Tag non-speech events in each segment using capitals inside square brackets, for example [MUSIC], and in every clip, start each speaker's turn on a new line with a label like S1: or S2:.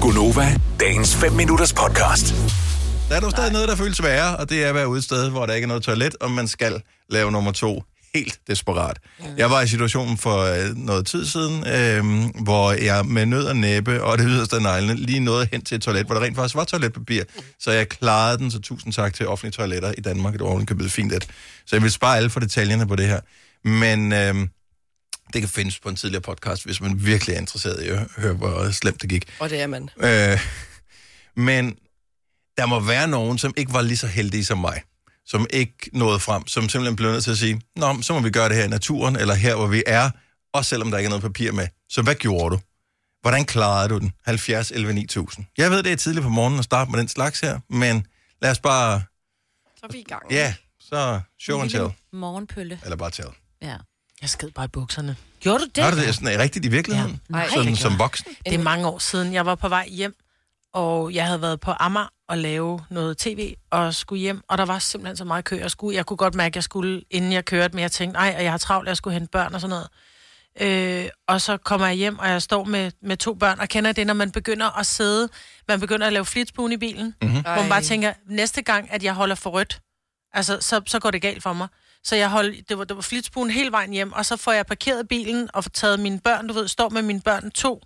S1: Gunova, dagens 5 minutters podcast.
S2: Der er dog stadig noget, der føles værre, og det er at være ude et sted, hvor der ikke er noget toilet, og man skal lave nummer to helt desperat. Jeg var i situationen for øh, noget tid siden, øh, hvor jeg med nød og næppe og det yderste af neglene lige nåede hen til et toilet, hvor der rent faktisk var toiletpapir. Så jeg klarede den, så tusind tak til offentlige toiletter i Danmark. Det var ovenikøbet fint et. Så jeg vil spare alle for detaljerne på det her. Men øh, det kan findes på en tidligere podcast, hvis man virkelig er interesseret i at høre, hvor slemt det gik.
S3: Og det er man.
S2: Øh, men der må være nogen, som ikke var lige så heldige som mig, som ikke nåede frem, som simpelthen blev nødt til at sige, Nå, men så må vi gøre det her i naturen, eller her, hvor vi er, også selvom der ikke er noget papir med. Så hvad gjorde du? Hvordan klarede du den? 70, 11, 9000. Jeg ved, det er tidligt på morgenen at starte med den slags her, men lad os bare,
S3: Så er vi i gang.
S2: ja, så show and tell,
S4: Morgenpølle.
S2: eller bare tell.
S4: Ja.
S5: Jeg sked bare i bukserne.
S4: Gjorde du det? Øh.
S2: Gør du det sådan, er rigtigt i virkeligheden?
S4: Ja. Nej,
S2: Sådan,
S4: det
S2: som voksen?
S5: Det er mange år siden. Jeg var på vej hjem, og jeg havde været på Amager og lave noget tv, og skulle hjem, og der var simpelthen så meget kø. Jeg, skulle, jeg kunne godt mærke, at jeg skulle, inden jeg kørte, men jeg tænkte, nej, og jeg har travlt, jeg skulle hente børn og sådan noget. Øh, og så kommer jeg hjem, og jeg står med, med to børn, og kender det, når man begynder at sidde, man begynder at lave flitsbuen i bilen,
S2: Mhm.
S5: mm-hmm. hvor man bare tænker, næste gang, at jeg holder for rødt, altså, så, så går det galt for mig. Så jeg holdt, det var, det var flitsbuen hele vejen hjem, og så får jeg parkeret bilen og får taget mine børn, du ved, står med mine børn to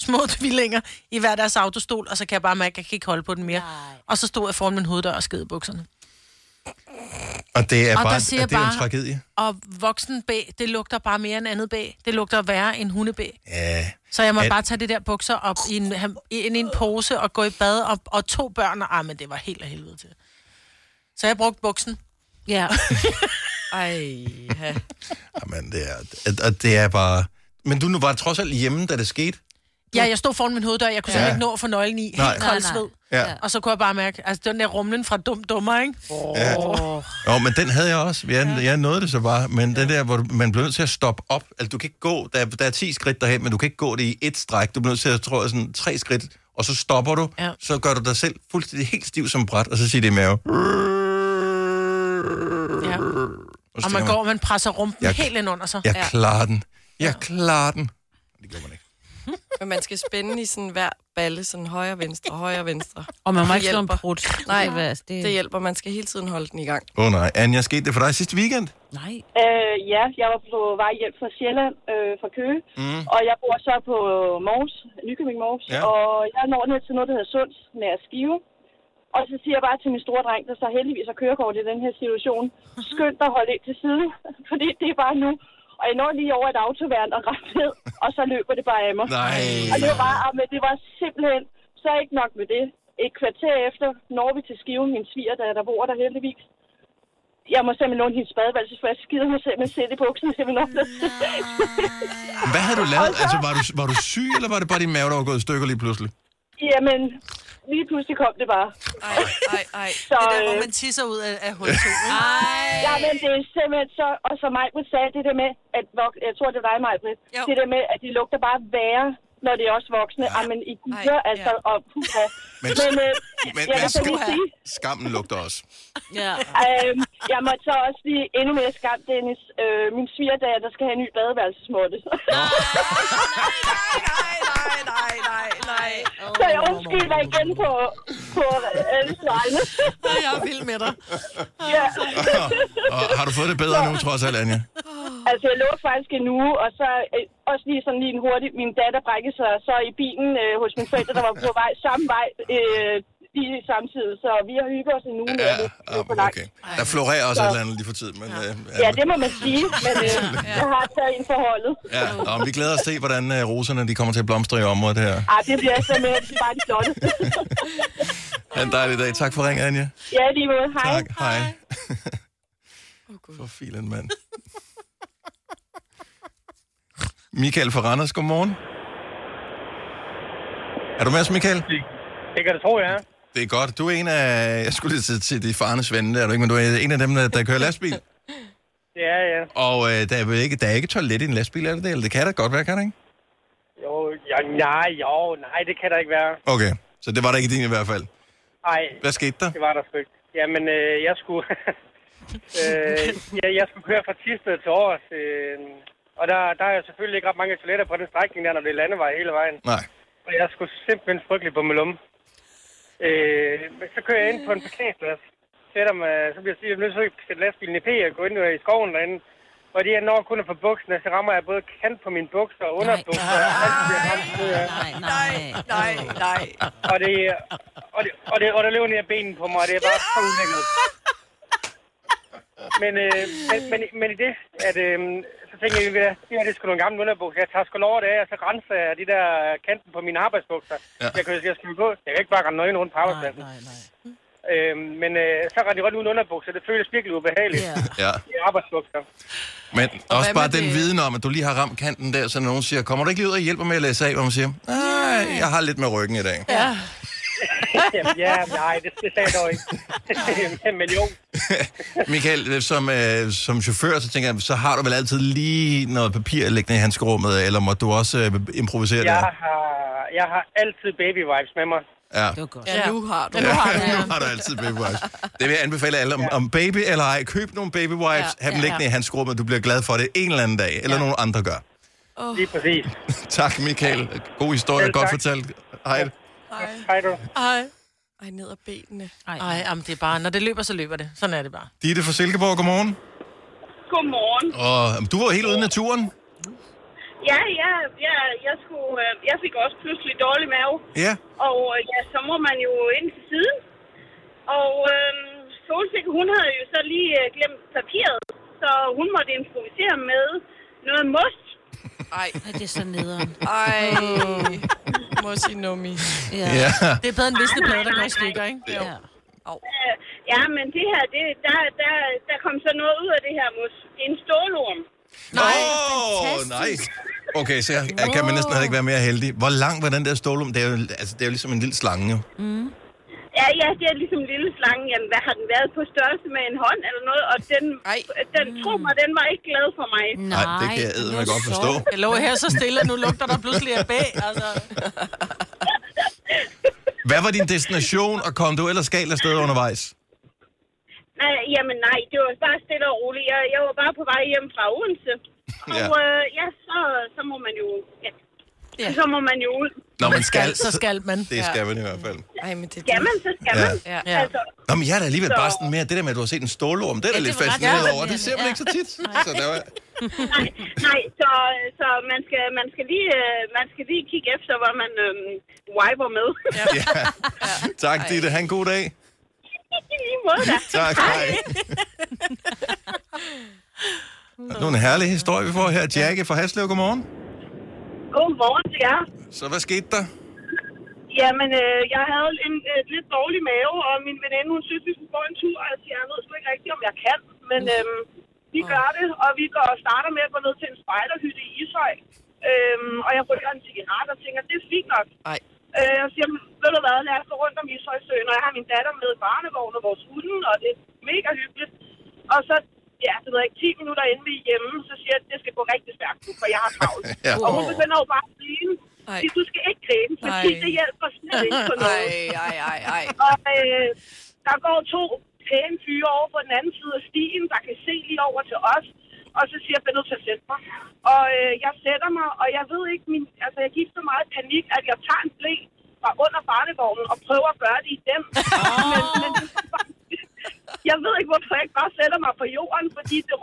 S5: små [LAUGHS] tvillinger i hver deres autostol, og så kan jeg bare mærke, at jeg kan ikke holde på den mere. Nej. Og så stod jeg foran min hoveddør og skede i bukserne.
S2: Og det er
S5: Og der
S2: bare,
S5: siger
S2: er det bare...
S5: bare-
S2: en tragedie?
S5: Og voksen B, det lugter bare mere end andet B. Det lugter værre end hunde B.
S2: Ja.
S5: Så jeg må
S2: At-
S5: bare tage det der bukser op i en, ham- i en, i en pose og gå i bad, og, og to børn, og ah, men det var helt af helvede til. Så jeg brugte buksen.
S4: Ja.
S3: Ej, ja.
S2: Jamen, det er, og det er bare... Men du nu var trods alt hjemme, da det skete?
S5: Ja, jeg stod foran min hoveddør, jeg kunne
S2: Ja.
S5: ja. simpelthen ikke nå at få nøglen i.
S2: Nej.
S5: Helt [LAUGHS] kold sved.
S2: Ja.
S5: Og så kunne jeg bare mærke, altså den der rumlen fra dum dummer, ikke?
S2: Ja.
S5: Oh.
S2: Nå, men den havde jeg også. Jeg, ja. jeg nåede det så bare. Men ja. den der, hvor du- man bliver nødt til at stoppe op. Altså, du kan ikke gå. Der, er- der er 10 skridt derhen, men du kan ikke gå det i et stræk. Du bliver nødt til at træde sådan tre skridt, og så stopper du.
S5: Ja.
S2: Så gør du dig selv fuldstændig helt stiv som bræt, og så siger det i maven.
S5: Ja.
S2: Og, så
S5: Og man
S2: tænker
S5: går, og man presser rumpen
S2: Jeg-
S5: jeg... helt ind under sig.
S2: Jeg klarer den. Jeg klarer den. Det gjorde man ikke.
S3: Men man skal spænde i sådan hver balle, sådan højre, venstre, højre, venstre.
S4: Og man må
S3: Det
S4: ikke slå en
S3: hjælper.
S4: prut.
S3: Nej,
S4: Det, var- det,
S3: Det hjælper, man skal hele tiden holde den i gang.
S2: Åh oh, nej. Anja, skete det for dig sidste weekend?
S4: Nej.
S6: Øh, ja, jeg var på vej hjem fra Sjælland, øh, fra Køge, mm. og jeg bor så på Mors, Nykøbing Mors,
S2: Ja.
S6: ja. og jeg når ned til noget, der hedder Sunds, med at skive. Og så siger jeg bare til min store dreng, der så heldigvis har kørekort i den her situation, skynd dig at holde ind til side, [LAUGHS] fordi det er bare nu. Og jeg når lige over et autoværn og rammer ned, og så løber det bare af mig.
S2: Nej.
S6: Og det var bare, ah, men det var simpelthen, så ikke nok med det. Et kvarter efter når vi til Skive, min svigerdatter, der bor der heldigvis. Jeg må simpelthen låne hendes badevalg, for jeg skider mig selv med sæt i bukserne, simpelthen også.
S5: Ah.
S2: Hvad havde du lavet? Altså, var du, var du syg, eller var det bare din mave, der var gået i stykker lige pludselig?
S6: Jamen, lige pludselig kom det bare.
S3: Ej, ej, ej.
S6: Så,
S5: Det er der, hvor
S6: øh,
S5: man tisser ud af, af hul 2.
S6: ja, men det er simpelthen så, og så mig sagde det der med, at vok- jeg tror, det var dig, Maj,
S3: Jo.
S6: det der med, at de lugter bare værre, når det er også voksne. Jamen, I gider
S3: Ej,
S6: altså,
S3: ja.
S6: og puha.
S2: Men-
S6: Men, øh,
S2: men-
S6: jeg
S2: men
S6: kan så
S2: skal-
S6: lige sige,
S2: Skammen lugter også.
S5: [LAUGHS]
S4: Ja.
S6: øhm, jeg måtte så også blive endnu mere skam, Dennis. Øh, min svigerdager, der skal have en ny badeværelsesmåtte.
S3: Nej, nej, nej, nej, nej.
S6: [LAUGHS] så jeg undskylder mig igen på, på alles vegne.
S5: Jeg er vild med dig.
S6: ja.
S2: Og har du fået det bedre nu, trods alt, Anja?
S6: Altså, jeg lå faktisk en uge, og så øh, også lige sådan lige en hurtig... Min datter brækkede sig så i bilen øh, hos mine forældre, der var på vej samme vej øh, lige samtidig. Så vi har hygget os en uge mere.
S2: Ja,
S6: Det er
S2: ah,
S6: for langt.
S2: okay. Der florerer også et eller andet lige for tiden, men... Ja, øh,
S6: Ja, det må man sige, men øh, jeg har taget ind forholdet.
S2: ja. Nå, men vi glæder os til, hvordan øh, roserne de kommer til at blomstre i området her.
S6: Ah, det bliver så med, bare de
S2: [LAUGHS]
S6: flotte.
S2: Ha' en dejlig dag. Tak for ringen, Anja.
S6: ja, lige måde. Hej.
S2: Tak. Hej. [LAUGHS] For filen, mand. Michael fra Randers, godmorgen. Er du med os, Michael?
S7: Det kan du tro, ja.
S2: Det er godt. Du er en af... Jeg skulle lige til at sige, det er farnes ven, er du ikke? Men du er en af dem, der, der kører lastbil.
S7: Det er jeg.
S2: Og øh, der, er vel ikke, der er ikke toilet i en lastbil, er det det? Eller det kan da godt være, kan det ikke?
S7: Jo, ja, nej, jo, nej, det kan der ikke være.
S2: Okay, så det var der ikke din i hvert fald.
S7: Nej,
S2: Hvad skete der?
S7: det var der sgu ikke. Jamen, øh, jeg skulle... øh, jeg, jeg skulle køre fra Tisted til Aarhus. Øh, og der, der er selvfølgelig ikke ret mange toiletter på den strækning der, når det er landevej hele vejen.
S2: Nej.
S7: og jeg skulle simpelthen frygtelig på min lomme. Øh, men så kører jeg ind på en parkeringsplads. Sætter mig, så bliver jeg sige, at jeg bliver nødt til at sætte lastbilen i P og gå ind i skoven derinde. Og det jeg når kun er på bukserne, så rammer jeg både kant på mine bukser og underbukser. og alt bliver ramt ned af.
S4: Nej, nej.
S8: nej, nej.
S7: Og det, og det, og det, og det løber ned af benen på mig, og det er bare så ulækkert. Men, øh, men, men, men i det, at, øh, så tænker jeg, ved du hvad, det her det er sgu nogle gamle underbukser. Jeg tager sgu lov det af, og så renser jeg de der kanten på mine arbejdsbukser. Ja. Jeg, kan, jeg, skal jo gå. jeg kan ikke bare rende nøgen rundt på
S4: Nej,
S7: arbejdspladsen.
S4: nej, nej.
S7: Øh, men øh, så rendte jeg rundt uden underbukser. Det føles virkelig ubehageligt.
S4: Ja.
S7: Ja.
S2: Ja.
S7: I arbejdsbukser.
S2: Men og også
S3: hvad
S2: bare
S3: med
S2: den
S3: det?
S2: viden om, at du lige har ramt kanten der, så nogen siger, kommer du ikke lige ud og hjælper med at læse af, hvor man siger, nej, jeg har lidt med ryggen i dag.
S5: Ja.
S7: Jamen, ja, nej, det, det sagde jeg dog ikke. [LAUGHS] men jo,
S2: [LAUGHS] Michael, øh, som, øh, som chauffør, så tænker jeg, så har du vel altid lige noget papir liggende i handskerummet, eller må du også øh, improvisere
S7: jeg
S2: der?
S7: har, jeg har altid baby vibes med mig.
S2: Ja.
S4: Det var godt.
S3: Ja, nu har du.
S5: Ja, nu har du.
S2: nu har du altid baby wipes. Det vil jeg anbefale alle, om, om baby eller ej, køb nogle baby wipes, ja, have dem
S5: ja,
S2: liggende
S5: ja.
S2: i handskerummet, du bliver glad for det en eller anden dag, eller ja. nogen andre gør.
S7: Lige præcis.
S2: Tak, Michael. God historie,
S7: Selv
S2: godt
S7: tak.
S2: fortalt. Hej.
S7: Hej du.
S5: Ej.
S3: Ej, ned ad benene.
S5: Ej, jamen, det er bare, når det løber, så løber det. Sådan er det bare.
S2: Ditte fra Silkeborg, godmorgen.
S6: Godmorgen.
S2: Og du var helt ude i naturen.
S6: Ja, ja, ja jeg, skulle, øh, jeg fik også pludselig dårlig mave.
S2: Ja.
S6: Og øh, ja, så må man jo ind til siden. Og øh, Solsikke, hun havde jo så lige øh, glemt papiret, så hun måtte improvisere med noget mos.
S3: Ej,
S4: Ej, det er så nederen.
S3: ej. Mm. Mossi nummi.
S4: Ja.
S2: Ja.
S5: Det er bedre end visneplader, der går i stykker, ikke?
S4: ja.
S6: Øh, ja, men det her, det, der, der, der kom så noget ud af det her mos. Det er en stålorm.
S2: Nej, oh, nej. Okay, så jeg, jeg kan man næsten heller ikke være mere heldig. Hvor lang var den der stålum? Det er jo, altså, det er jo ligesom en lille slange. jo.
S6: Ja, ja, det er ligesom en lille slange. Jamen, hvad har den været på størrelse med en hånd eller noget? Og den,
S3: Ej.
S6: den tro mig, den var ikke glad for mig.
S4: Nej,
S2: Nej, det kan jeg eddermame godt forstå.
S5: Jeg lå her så stille, og nu lugter der pludselig af bag. Altså,
S2: Hvad var din destination, og kom du ellers galt afsted undervejs?
S6: Nej, jamen nej, det var bare stille og roligt. Jeg, jeg var bare på vej hjem fra Odense. Og
S2: Ja.
S6: ja, øh, ja så, så må man jo... Ja.
S3: Ja.
S6: Så må man jo ud.
S2: Nå, man
S5: skal, så altså, skal man.
S2: Det skal man i hvert fald.
S3: Ej, men det
S6: Skal man, så skal
S2: Ja.
S6: man.
S3: Ja.
S5: Ja.
S6: Altså,
S2: Nå, men jeg er da alligevel
S6: Så-
S2: bare sådan mere, det der med, at du har set en stålorm, det er da
S4: Ja,
S2: lidt
S4: det var ret
S2: fascineret over.
S4: fascinerende,
S2: Det ser man
S4: ja.
S2: ikke så tit. Så der var...
S6: nej, nej så, så man, skal, man, skal lige, øh, man skal lige kigge efter, hvad man øhm, wiper med. Ja.
S2: ja. Tak, Ditte. Ha' en god dag.
S6: [LAUGHS] I lige måde da.
S2: Tak, [LAUGHS] hej. Nogle herlige historier, vi får her. Jackie fra Haslev, godmorgen.
S6: Godmorgen til jer.
S2: Så hvad skete der?
S6: Jamen, øh, jeg havde en øh, lidt dårlig mave, og min veninde, hun synes, vi skulle gå en tur, og jeg siger, jeg ved sgu ikke rigtigt, om jeg kan, men øhm, vi gør det, og vi går og starter med at gå ned til en spejderhytte i Ishøj, øhm, og jeg ryger en cigaret og tænker, det er fint nok.
S3: Ej.
S6: Øh, jeg siger, "Men ved du hvad, lad os gå rundt om Ishøjsøen, og jeg har min datter med i barnevogn og vores hunde, og det er mega hyggeligt. Og så, ja, det ved jeg ikke, 10 minutter inden vi er hjemme, så siger jeg, at det skal gå rigtig stærkt, nu, for jeg har travlt.
S2: Ja.
S6: Og hun begynder jo bare at grine.
S3: Ej.
S6: Sige, Du skal ikke grine, fordi
S3: Ej.
S6: det hjælper slet ikke på noget.
S3: Ej, ej, ej, ej.
S6: Og øh, der går to pæne fyre over på den anden side af stien, der kan se lige over til os. Og så siger jeg, jeg er nødt til at sætte mig. Og øh, jeg sætter mig, og jeg ved ikke, min, altså jeg gik så meget panik, at jeg tager en blæ fra under barnevognen og prøver at gøre det i
S3: [LAUGHS]
S6: dem.
S3: Ah.
S6: Men, men det var bare- jeg ved ikke, hvorfor jeg ikke bare sætter mig på jorden, fordi det